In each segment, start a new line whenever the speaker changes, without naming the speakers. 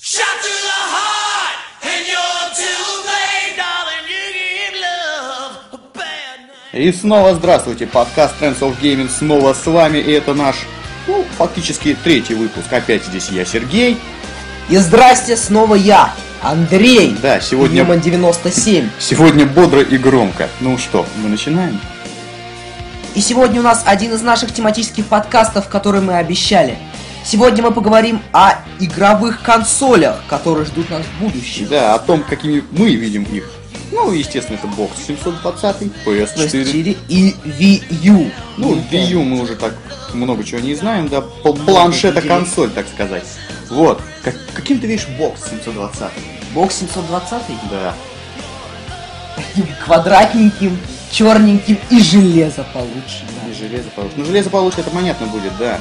Shot to the heart, and you're to blame, darling. You give love a bad name.
И снова здравствуйте, подкаст Trends of Gaming снова с вами, и это наш, ну, фактически третий выпуск. Опять здесь я, Сергей.
И здрасте, снова я, Андрей.
Да, сегодня-
Ньюман 97.
Сегодня бодро и громко. Ну что, мы начинаем?
И сегодня у нас один из наших тематических подкастов, который мы обещали. Сегодня мы поговорим о игровых консолях, которые ждут нас в будущем.
Да, о том, какими мы видим их. Ну, естественно, это бокс 720, PS4.
PS4 и Wii U.
Ну,
Nintendo.
Wii U мы уже так много чего не знаем, да, пл- планшета
определить.
консоль, так сказать. Вот, Как- каким ты видишь бокс 720?
Бокс 720
Да.
таким квадратненьким, черненьким и железо получше.
И
да.
железо получше. Ну, железо получше, это понятно будет, да.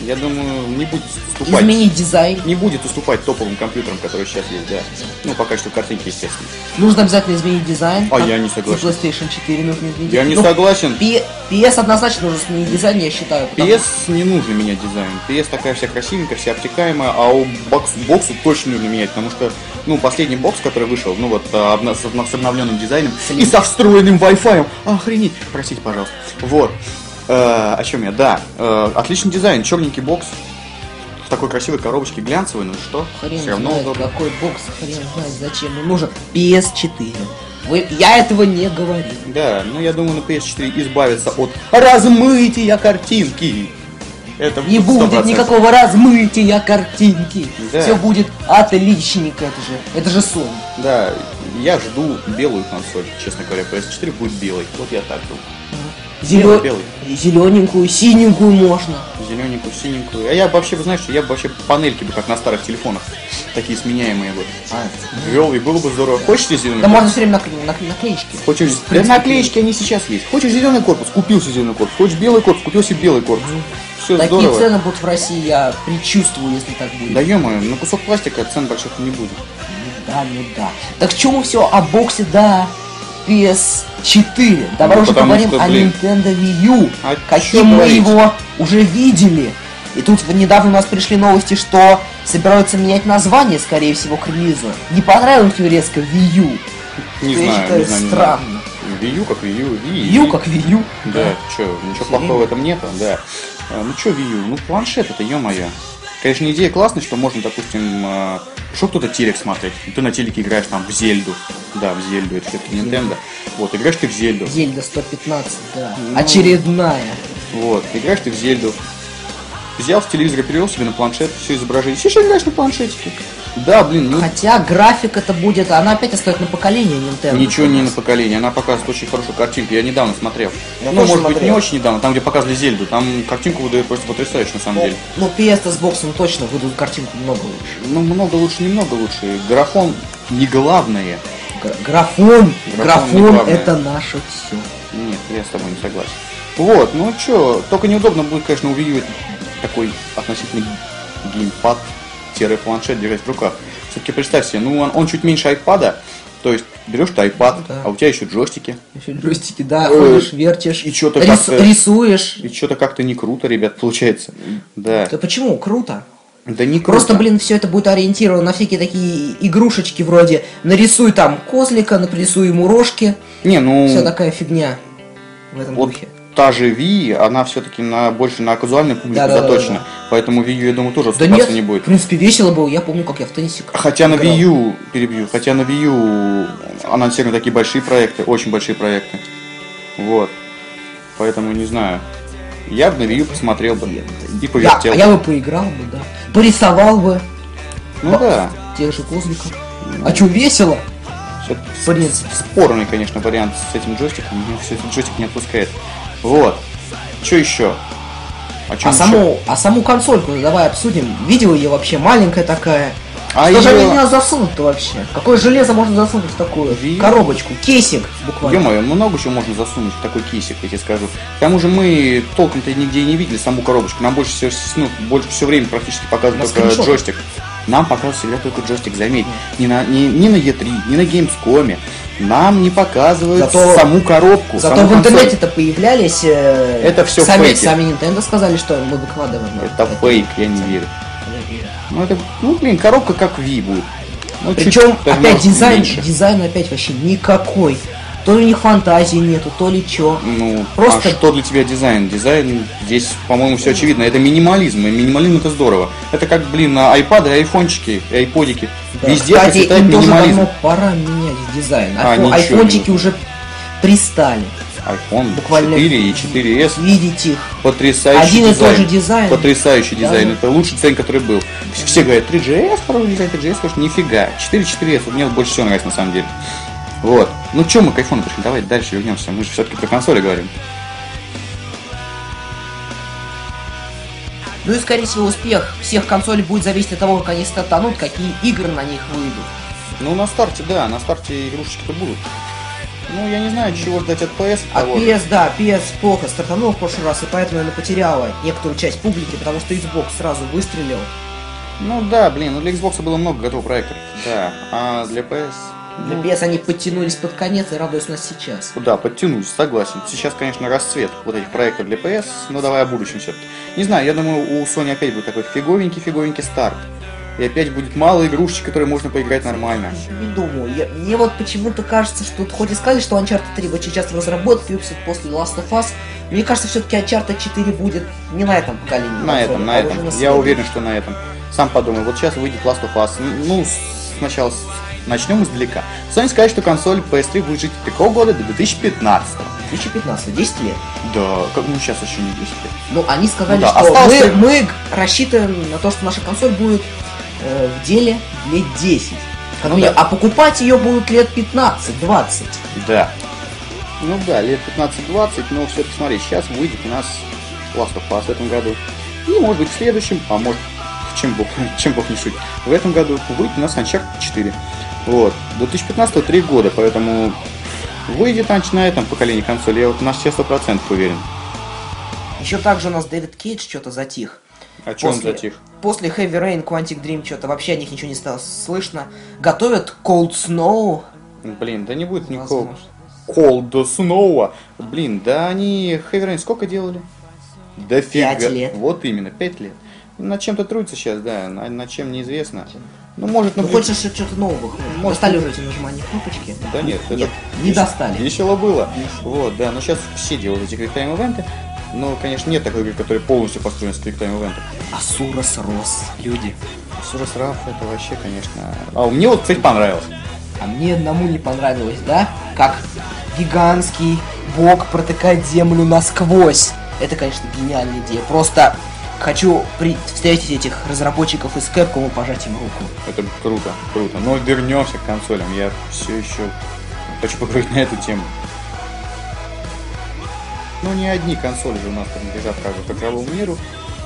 Я думаю, не будет уступать.
Изменить дизайн.
не будет уступать топовым компьютерам, которые сейчас есть, да. Ну, пока что картинки, естественно.
Нужно обязательно изменить дизайн.
А
Как
я не согласен.
и PlayStation 4 нужно изменить.
Я не
Ну,
согласен.
Пи- PS однозначно нужно сменить дизайн, я считаю. потому
PS не нужно менять дизайн. PS такая вся красивенькая, вся обтекаемая, а у бокс, боксу точно нужно менять, потому что, ну, последний бокс, который вышел, ну, вот, а, обна- с, обна- с обновленным дизайном и со встроенным Wi-Fi, охренеть, простите, пожалуйста. Вот, Э, о чем я, да, Э, отличный дизайн, черненький бокс, в такой красивой коробочке глянцевой, ну и что,
Хрен
все равно
знает,
удобно.
какой бокс, хрен знает, зачем он нужен. PS4. Вы- я этого не говорил.
Да, ну я думаю, на PS4 избавиться от размытия картинки. Это
Не
100%.
будет никакого размытия картинки.
Да.
Все будет отличненько, это же, это же сон.
Да, я жду белую консоль, честно говоря, PS4 будет белой. Вот я так думаю. Белый, белый.
Зелененькую, синенькую можно.
Зелененькую, синенькую. А я вообще, знаешь, я бы вообще панельки бы, как на старых телефонах, такие сменяемые бы. Вел, и было бы здорово. Хочешь тебе зеленый
Да можно все время накле- накле- наклеечки.
Хочешь...
В
Да
принципе,
наклеечки они сейчас есть. Хочешь зеленый корпус, купил себе зеленый корпус. Хочешь белый корпус, купил себе белый корпус. Все
Ну, Такие
здорово.
цены будут в России, я предчувствую, если так будет.
Да ё на кусок пластика цен больших не будет.
Да, ну да. Так чему все о боксе до PS4? Давай
Ну,
уже
потому
поговорим
что,
о
блин.
Nintendo Wii U,
А чё
каким мы
говорить?
его уже видели. И тут вот недавно у нас пришли новости, что собираются менять название, скорее всего, к релизу. Не понравилось мне резко Wii U.
Не
Я
знаю,
считаю,
не знаю, не знаю.
странно.
Wii U как Wii U, Wii,
Wii U как Wii U.
Да, чё, ничего плохого в этом нету, да. А, Ну чё Wii U, ну планшет это, ё-моё. Конечно, идея классная, что можно, допустим, а, шел кто-то телек смотреть, и ты на телеке играешь там в Зельду. Да, в Зельду, это все-таки Nintendo. Вот, играешь ты в Зельду.
Зельда 115, да.
Ну.
Очередная.
Вот, играешь ты в Зельду. Взял с телевизора, перевел себе на планшет, все изображение. Сейчас играешь на планшетике. Да, блин, ну
Хотя график это будет, а она опять остается на поколение Nintendo.
Ничего не на поколение, она показывает очень хорошую картинку, я недавно смотрел.
Я
ну,
тоже
может быть, не
смотрел.
очень недавно, там, где показывали Зельду, там картинку выдает просто потрясающе, на самом
Ну,
деле.
ну, PS-то с боксом точно выдадут картинку много лучше.
Ну, много лучше, немного лучше. Графон не главное.
Гра- Графон,
Графон не
графон
главное.
это наше все.
Нет, я с тобой не согласен. Вот, ну чё, только неудобно будет, конечно, у Wii U этот такой относительно геймпад планшет держать в руках. Все-таки представь себе, ну он, он чуть меньше айпада, то есть берешь ты айпад,
Ну да.
а у тебя еще джойстики.
Джойстики, да,
Э,
ходишь, вертишь,
и чё-то
рис-
как-то-
рисуешь.
И что-то как-то не круто, ребят, получается. Да.
Да почему? Круто.
Да не круто.
Просто, блин, все это будет ориентировано на всякие такие игрушечки вроде нарисуй там козлика, нарисуй ему рожки.
Не, ну...
Вся такая фигня в этом
вот
духе.
та же Wii, она все-таки на, больше на казуальную публику
Да-да-да-да.
заточена. Поэтому Wii U, я думаю, тоже
Да
отступаться
нет, ну,
не
в
будет.
принципе, весело было. Я помню, как я в теннисе
Хотя на
играл.
Wii U, перебью, хотя на Wii U анонсированы такие большие проекты, очень большие проекты. Вот. Поэтому не знаю. Я бы на Wii U посмотрел бы и
Я,
повертел.
а я бы поиграл бы, да. Порисовал бы
Ну да.
тех же козликов.
Ну.
А чё, весело?
Всё-
В принципе.
Спорный, конечно, вариант с этим джойстиком. Меня все этот джойстик не отпускает. Вот. Что еще? О чем
А саму, а саму консольку давай обсудим. Видел ее вообще, маленькая такая.
А
Что же
её-
они в неё засунут-то вообще? Какое железо можно засунуть в такую
Ви-
коробочку? Кейсик буквально.
Ё-моё, много чего можно засунуть в такой кейсик, я тебе скажу. К тому же мы толком-то нигде и не видели саму коробочку. Нам больше всего, ну, больше всего времени практически показывают
На
только
скриншотах.
джойстик. Нам показывают всегда только джойстик, заметь. Не на, не, не на E3, не на Gamescom. Нам не показывают
Зато-
саму коробку.
Зато
саму
в
консоль.
интернете-то появлялись... э,
Это всё
сами,
фейки.
сами Nintendo сказали, что мы выкладываем.
Это фейк, я не верю. Ну, это, ну, блин, коробка как Wii будет. Ну, чуть,
Причем,
даже,
опять
может,
дизайн,
меньше.
дизайн опять вообще никакой. То ли у них фантазии нету, то ли чё.
Ну,
Просто-
а что для тебя дизайн? Дизайн здесь, по-моему, все очевидно. Это минимализм, и минимализм это здорово. Это как, блин, айпады, айфончики, айподики.
Да,
Везде
Кстати,
процветает
им тоже
минимализм.
давно пора менять дизайн.
А,
Айфон-
ничего
айфончики
не-
уже пристали.
iPhone
Буквально-
4 и 4S.
Видеть их.
Потрясающий
Один и
дизайн.
тот же дизайн.
Потрясающий
Да.
дизайн. Это лучший дизайн, который был. Все говорят, 3GS, второй дизайн 3GS, слушай, нифига. 4 4S, вот мне больше всего нравится на самом деле. Вот. Ну чем мы к айфону пришли? Давай дальше вернемся. Мы же все-таки про консоли говорим.
Ну и, скорее всего, успех всех консолей будет зависеть от того, как они стартанут, какие игры на них выйдут.
Ну, на старте, да, на старте игрушечки-то будут. Ну, я не знаю, чего ждать от PS.
А
того.
PS, да, PS плохо стартанул в прошлый раз, и поэтому она потеряла некоторую часть публики, потому что Xbox сразу выстрелил.
Ну да, блин, ну для Xbox было много готовых проектов. Да. А для PS.
Для
Ну.
PS они подтянулись под конец и радуются нас сейчас.
Да, подтянулись, согласен. Сейчас, конечно, расцвет вот этих проектов для PS, но давай о будущем все-таки. Не знаю, я думаю, у Sony опять будет такой фиговенький-фиговенький старт. И опять будет мало игрушечек, которые можно поиграть нормально.
Не думаю. Я- мне вот почему-то кажется, что вот хоть и сказали, что Uncharted 3 будет сейчас в разработке, выпустят после Last of Us, мне кажется, все-таки Uncharted 4 будет не на этом поколении.
На
консолей,
этом,
а
на
уже
этом. Я
следующем.
уверен, что на этом. Сам подумай, вот сейчас выйдет Last of Us. Н- Ну, с- сначала с- начнем издалека. Sony сказали, что консоль PS3 будет жить до какого года? До 2015.
2015, 10 лет.
Да, как ну сейчас еще не 10 лет.
Ну, они сказали,
Ну да,
что
остался-
мы, мы г- рассчитываем на то, что наша консоль будет э, в деле лет 10. Как
Ну
минимум.
да.
А покупать ее будут лет 15-20.
Да. Ну да, лет 15-20, но все-таки смотри, сейчас выйдет у нас Last of Us в этом году. И может быть в следующем, а может, в чем бог, чем бог не шутит, в этом году выйдет у нас Uncharted 4. Вот. До 2015 3 года, поэтому выйдет Анч на этом поколении консоли, я вот на все 100% уверен.
Еще также у нас Дэвид Кейдж что-то затих.
А чем он
После-
затих?
После Heavy Rain, Quantic Dream, что-то вообще о них ничего не стало слышно. Готовят Cold Snow.
Блин, да не будет никакого
Возможно.
Cold Snow. Блин, да они Heavy Rain сколько делали? Да фига.
Пять лет.
Вот именно, пять лет. Над чем-то трудится сейчас, да, на- над чем неизвестно. Ну, может,
Ну,
наблю-
хочешь что-то нового?
Может,
достали уже эти нажимания кнопочки?
Да нет, это
не
вес-
достали.
Весело было. Вот, да, но сейчас все делают эти квиктайм ивенты. Но, конечно, нет такой игры, которая полностью построена с квиктайм ивентов.
Асура срос, люди.
Сурас Раф это вообще, конечно... А, мне вот, кстати, понравилось.
А мне одному не понравилось, да? Как гигантский бог протыкает землю насквозь. Это, конечно, гениальная идея. Просто хочу при- встретить этих разработчиков из Capcom и пожать им руку.
Это круто, круто. Но вернемся к консолям. Я все еще хочу поговорить на эту тему. Ну, не одни консоли же у нас принадлежат как бы к игровому миру.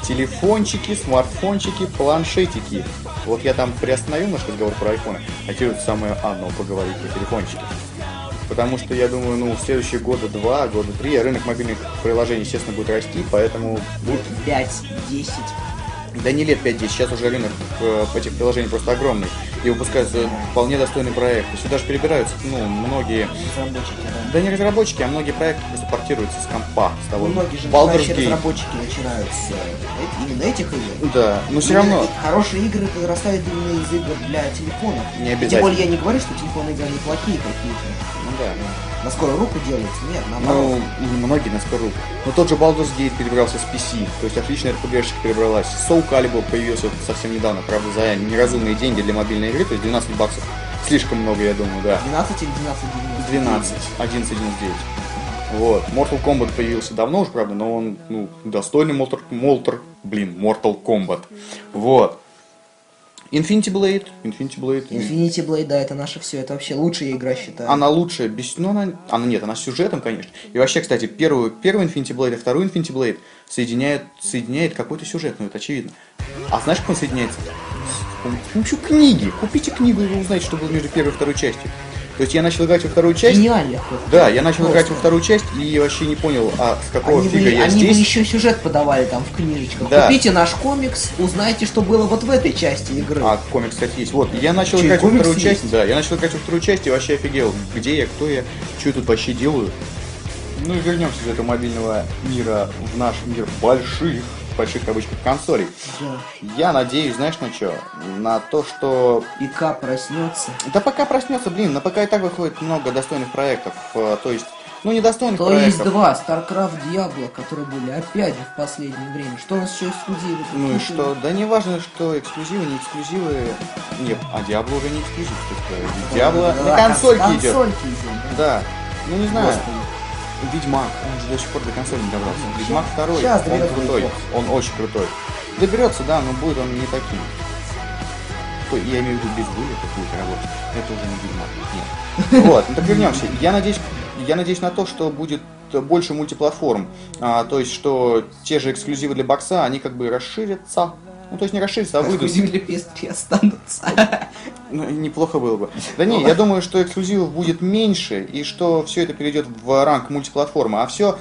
Телефончики, смартфончики, планшетики. Вот я там приостановил наш разговор про айфоны, а теперь вот самое оно поговорить про телефончики. Потому что я думаю, ну, в следующие года два, года три рынок мобильных приложений, естественно, будет расти, поэтому будет
5-10.
да не лет 5-10, сейчас уже рынок э, этих приложений просто огромный. И выпускаются вполне достойные проекты. Сюда же перебираются, ну, многие...
Разработчики, да.
Да не разработчики, а многие проекты просто портируются с компа, с того.
Ну, Многие же
Baldur's
начинающие
Gate.
разработчики начинают с э, эт- именно этих игр.
Да, но все равно...
Именно Хорошие игры вырастают именно из игр для телефонов.
Не
И
обязательно.
Тем более я не говорю, что телефонные игры неплохие какие-то.
Ну да.
На скорую руку делаются, нет, наоборот.
Ну, многие на скорую. Но тот же Baldur's Gate перебрался с PC, то есть отличная RPG-шка перебралась. Soul Calibur появился совсем недавно, правда, за неразумные деньги для мобильной игры, то есть 12 баксов. Слишком много, я думаю, да.
12 или 12
12, 11, 11. Вот. Mortal Kombat появился давно уже, правда, но он, ну, достойный Mortal, Mortal- блин, Mortal Kombat. Вот. Infinity Blade, Infinity Blade.
Infinity Blade, да, это наше все, это вообще лучшая игра, считаю.
Она лучшая, без... ну, она... она нет, она с сюжетом, конечно. И вообще, кстати, первую, первый Infinity Blade и второй Infinity Blade соединяет, соединяет какой-то сюжет, ну это очевидно. А знаешь, как он соединяется? С пом- С помощью книги. Купите книгу, и вы узнаете, что было между первой и второй частью. То есть я начал играть во вторую часть,
Гениально.
Да, я начал
Просто.
играть во вторую часть и вообще не понял, а с какого
Они, бы,
фига я
они бы
здесь.
еще сюжет подавали там в книжечках.
Да.
Купите наш комикс, узнайте, что было вот в этой части игры.
А комикс, кстати, есть. Вот, я начал
Чё, и
играть во
комикс
вторую
есть?
часть. Да, я начал играть во вторую часть и вообще офигел. Где я, кто я, что я тут вообще делаю. Ну и вернемся из этого мобильного мира в наш мир больших больших обычных консолей.
Да.
Я надеюсь, знаешь, на что? На то, что...
ИК проснется.
Да пока проснется, блин, на пока и так выходит много достойных проектов. э, То есть, ну, недостойных
То
проектов.
есть два StarCraft Diablo, которые были опять же в последнее время. Что у нас еще эксклюзивы?
Ну и что? Да не важно, что эксклюзивы, не эксклюзивы. Нет, а Диабло уже не эксклюзив. так, э, Диабло
Да,
на
кон-
консольке идет.
консольки идет, да.
Да. Ну не знаю.
Господи.
Ведьмак, он же до сих пор до консоли не добрался. Ведьмак второй,
щас
он
доберется
крутой,
Ведьмак.
он очень крутой. Доберется, да, но будет он не таким. То- Я имею в виду без вылета будет работать. Это уже не Ведьмак, нет. Вот, ну так вернемся. Я надеюсь, я надеюсь на то, что будет больше мультиплатформ. А, то есть, что те же эксклюзивы для бокса, они как бы расширятся. Ну, то есть не расширятся, а выйдут.
Эксклюзивы для PSP останутся.
Ну, неплохо было бы. Да не, я думаю, что эксклюзивов будет меньше, и что все это перейдет в ранг мультиплатформы. А все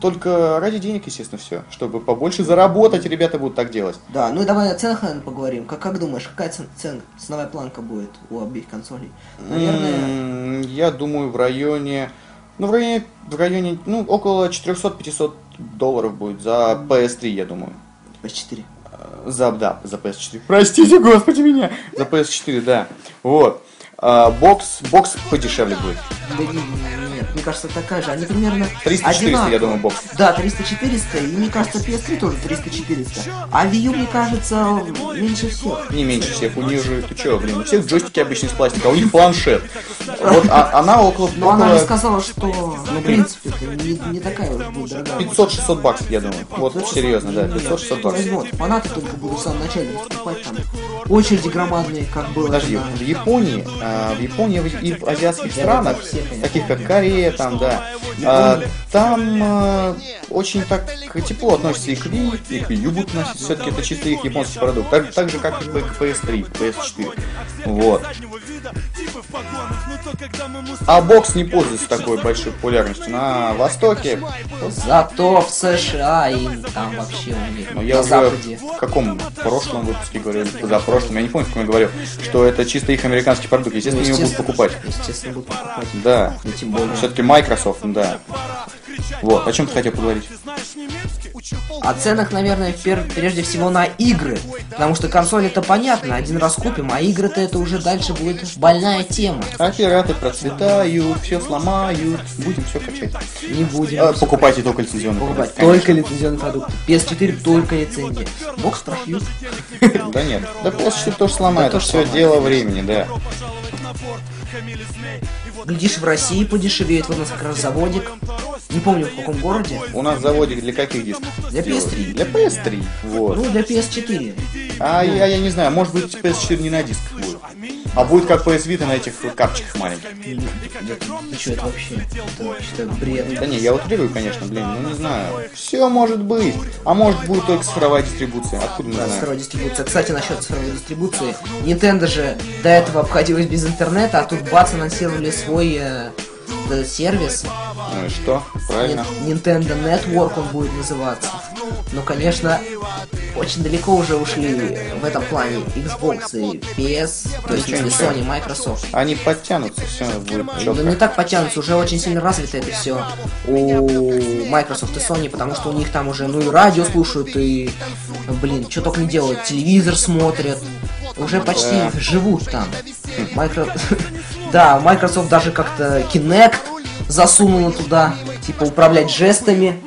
только ради денег, естественно, все. Чтобы побольше заработать, ребята будут так делать.
Да, ну и давай о ценах, наверное, поговорим. Как, как думаешь, какая цен, цен- ценовая планка будет у обеих консолей? Наверное,
М, Я думаю, в районе... Ну, в районе, в районе, ну, около 400-500 долларов будет за PS3, я думаю.
PS4.
За, да, за PS4. Простите, господи, меня! За PS4, да. Вот. А, бокс, бокс подешевле будет.
Да не- не- нет, мне кажется, такая же. Они примерно
300-400, я думаю, бокс.
Да, 300-400, и мне кажется, PS3 тоже 300-400. А Wii U, мне кажется, меньше всех.
Не меньше всех, у нее же, ты чё, блин, у всех джойстики обычно из пластика, а у них планшет. Вот а- она около,
Но Ну, она же
около
сказала, что, ну, в принципе, это не, не такая уж будет дорогая.
500-600 баксов, я думаю. Вот, серьезно, да, 500-600 баксов.
Возьмут. Фанаты только будут в самом начале покупать там. Очереди громадные, как было.
Подожди,
на-
в Японии, а, в Японии и в азиатских
Я
странах,
вот все, конечно.
таких как Корея, там, да, а, там а, очень так тепло относятся и к Wii, и к Wii U будут носить, все-таки это чистый их японский продукт, так, так же, как и к PS3, PS4, вот. А бокс не пользуется такой большой популярностью на Востоке,
Зато в США и там вообще у них
Но Ну, я
на
уже
Западе.
в каком прошлом выпуске говорил, или позапрошлом, я не помню, в каком я говорил, что это чисто их американский продукт, естественно, они его будут покупать.
Ну, Естественно, будут покупать.
Да, ну,
И тем более.
все-таки Microsoft, да. Вот, о чем ты хотел поговорить?
О ценах, наверное, пер- прежде всего на игры. Потому что консоль это понятно, один раз купим, а игры-то это уже дальше будет больная тема.
А пираты процветают, все сломают, будем все качать.
Не будем.
А, покупайте только лицензионные
покупать
продукты,
только лицензионные продукты. PS4 только лицензии. Бокс прошьют.
конечно. Да нет, да просто тоже сломает,
Да
это
тоже
все
сломают.
дело времени, да.
Глядишь, в России подешевеет, вот у нас как раз заводик. Не помню, в каком городе.
У нас заводик для каких дисков?
Для
делают?
PS3.
Для PS3, вот.
Ну, для PS4.
А я, я не знаю, может быть PS4 не на дисках будет. А будет как PS Vita на этих вот капчиках маленьких.
Ты что, это вообще? Это вообще бред.
Да не, я утрирую, конечно, блин, ну не знаю. Все может быть. А может будет только цифровая дистрибуция. Откуда мы
Да,
знаем?
цифровая дистрибуция. Кстати, насчет цифровой дистрибуции. Nintendo же до этого обходилась без интернета, а тут бац анонсировали свой э, э, сервис.
Ну и что? Правильно.
Нин- Nintendo Network он будет называться. Но, конечно, очень далеко уже ушли в этом плане Xbox и PS, то есть и
Ничего, ничего.
Sony, Microsoft.
Они подтянутся, все будет
Да Ну, не
четко.
так потянутся, уже очень сильно развито это все у Microsoft и Sony, потому что у них там уже, ну и радио слушают, и, блин, что только не делают, телевизор смотрят, уже почти живут там. Micro- Да, Microsoft даже как-то Kinect засунула туда, типа управлять жестами.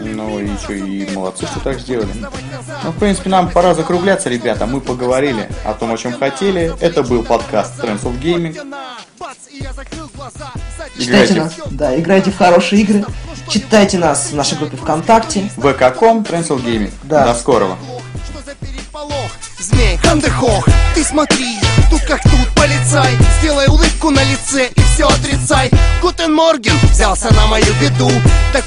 Ну и что, и молодцы, что так сделали. Ну, в принципе, нам пора закругляться, ребята. Мы поговорили о том, о чем хотели. Это был подкаст Trends of Gaming. Играйте.
Читайте нас, да, играйте в хорошие игры, читайте нас в нашей группе ВКонтакте.
ВК.ком Trends of Gaming.
Да.
До скорого.
Что за переполох? Змей, хандехох, ты смотри, тут как тут полицай Сделай улыбку на лице и все отрицай Гутен Морген взялся на мою беду Так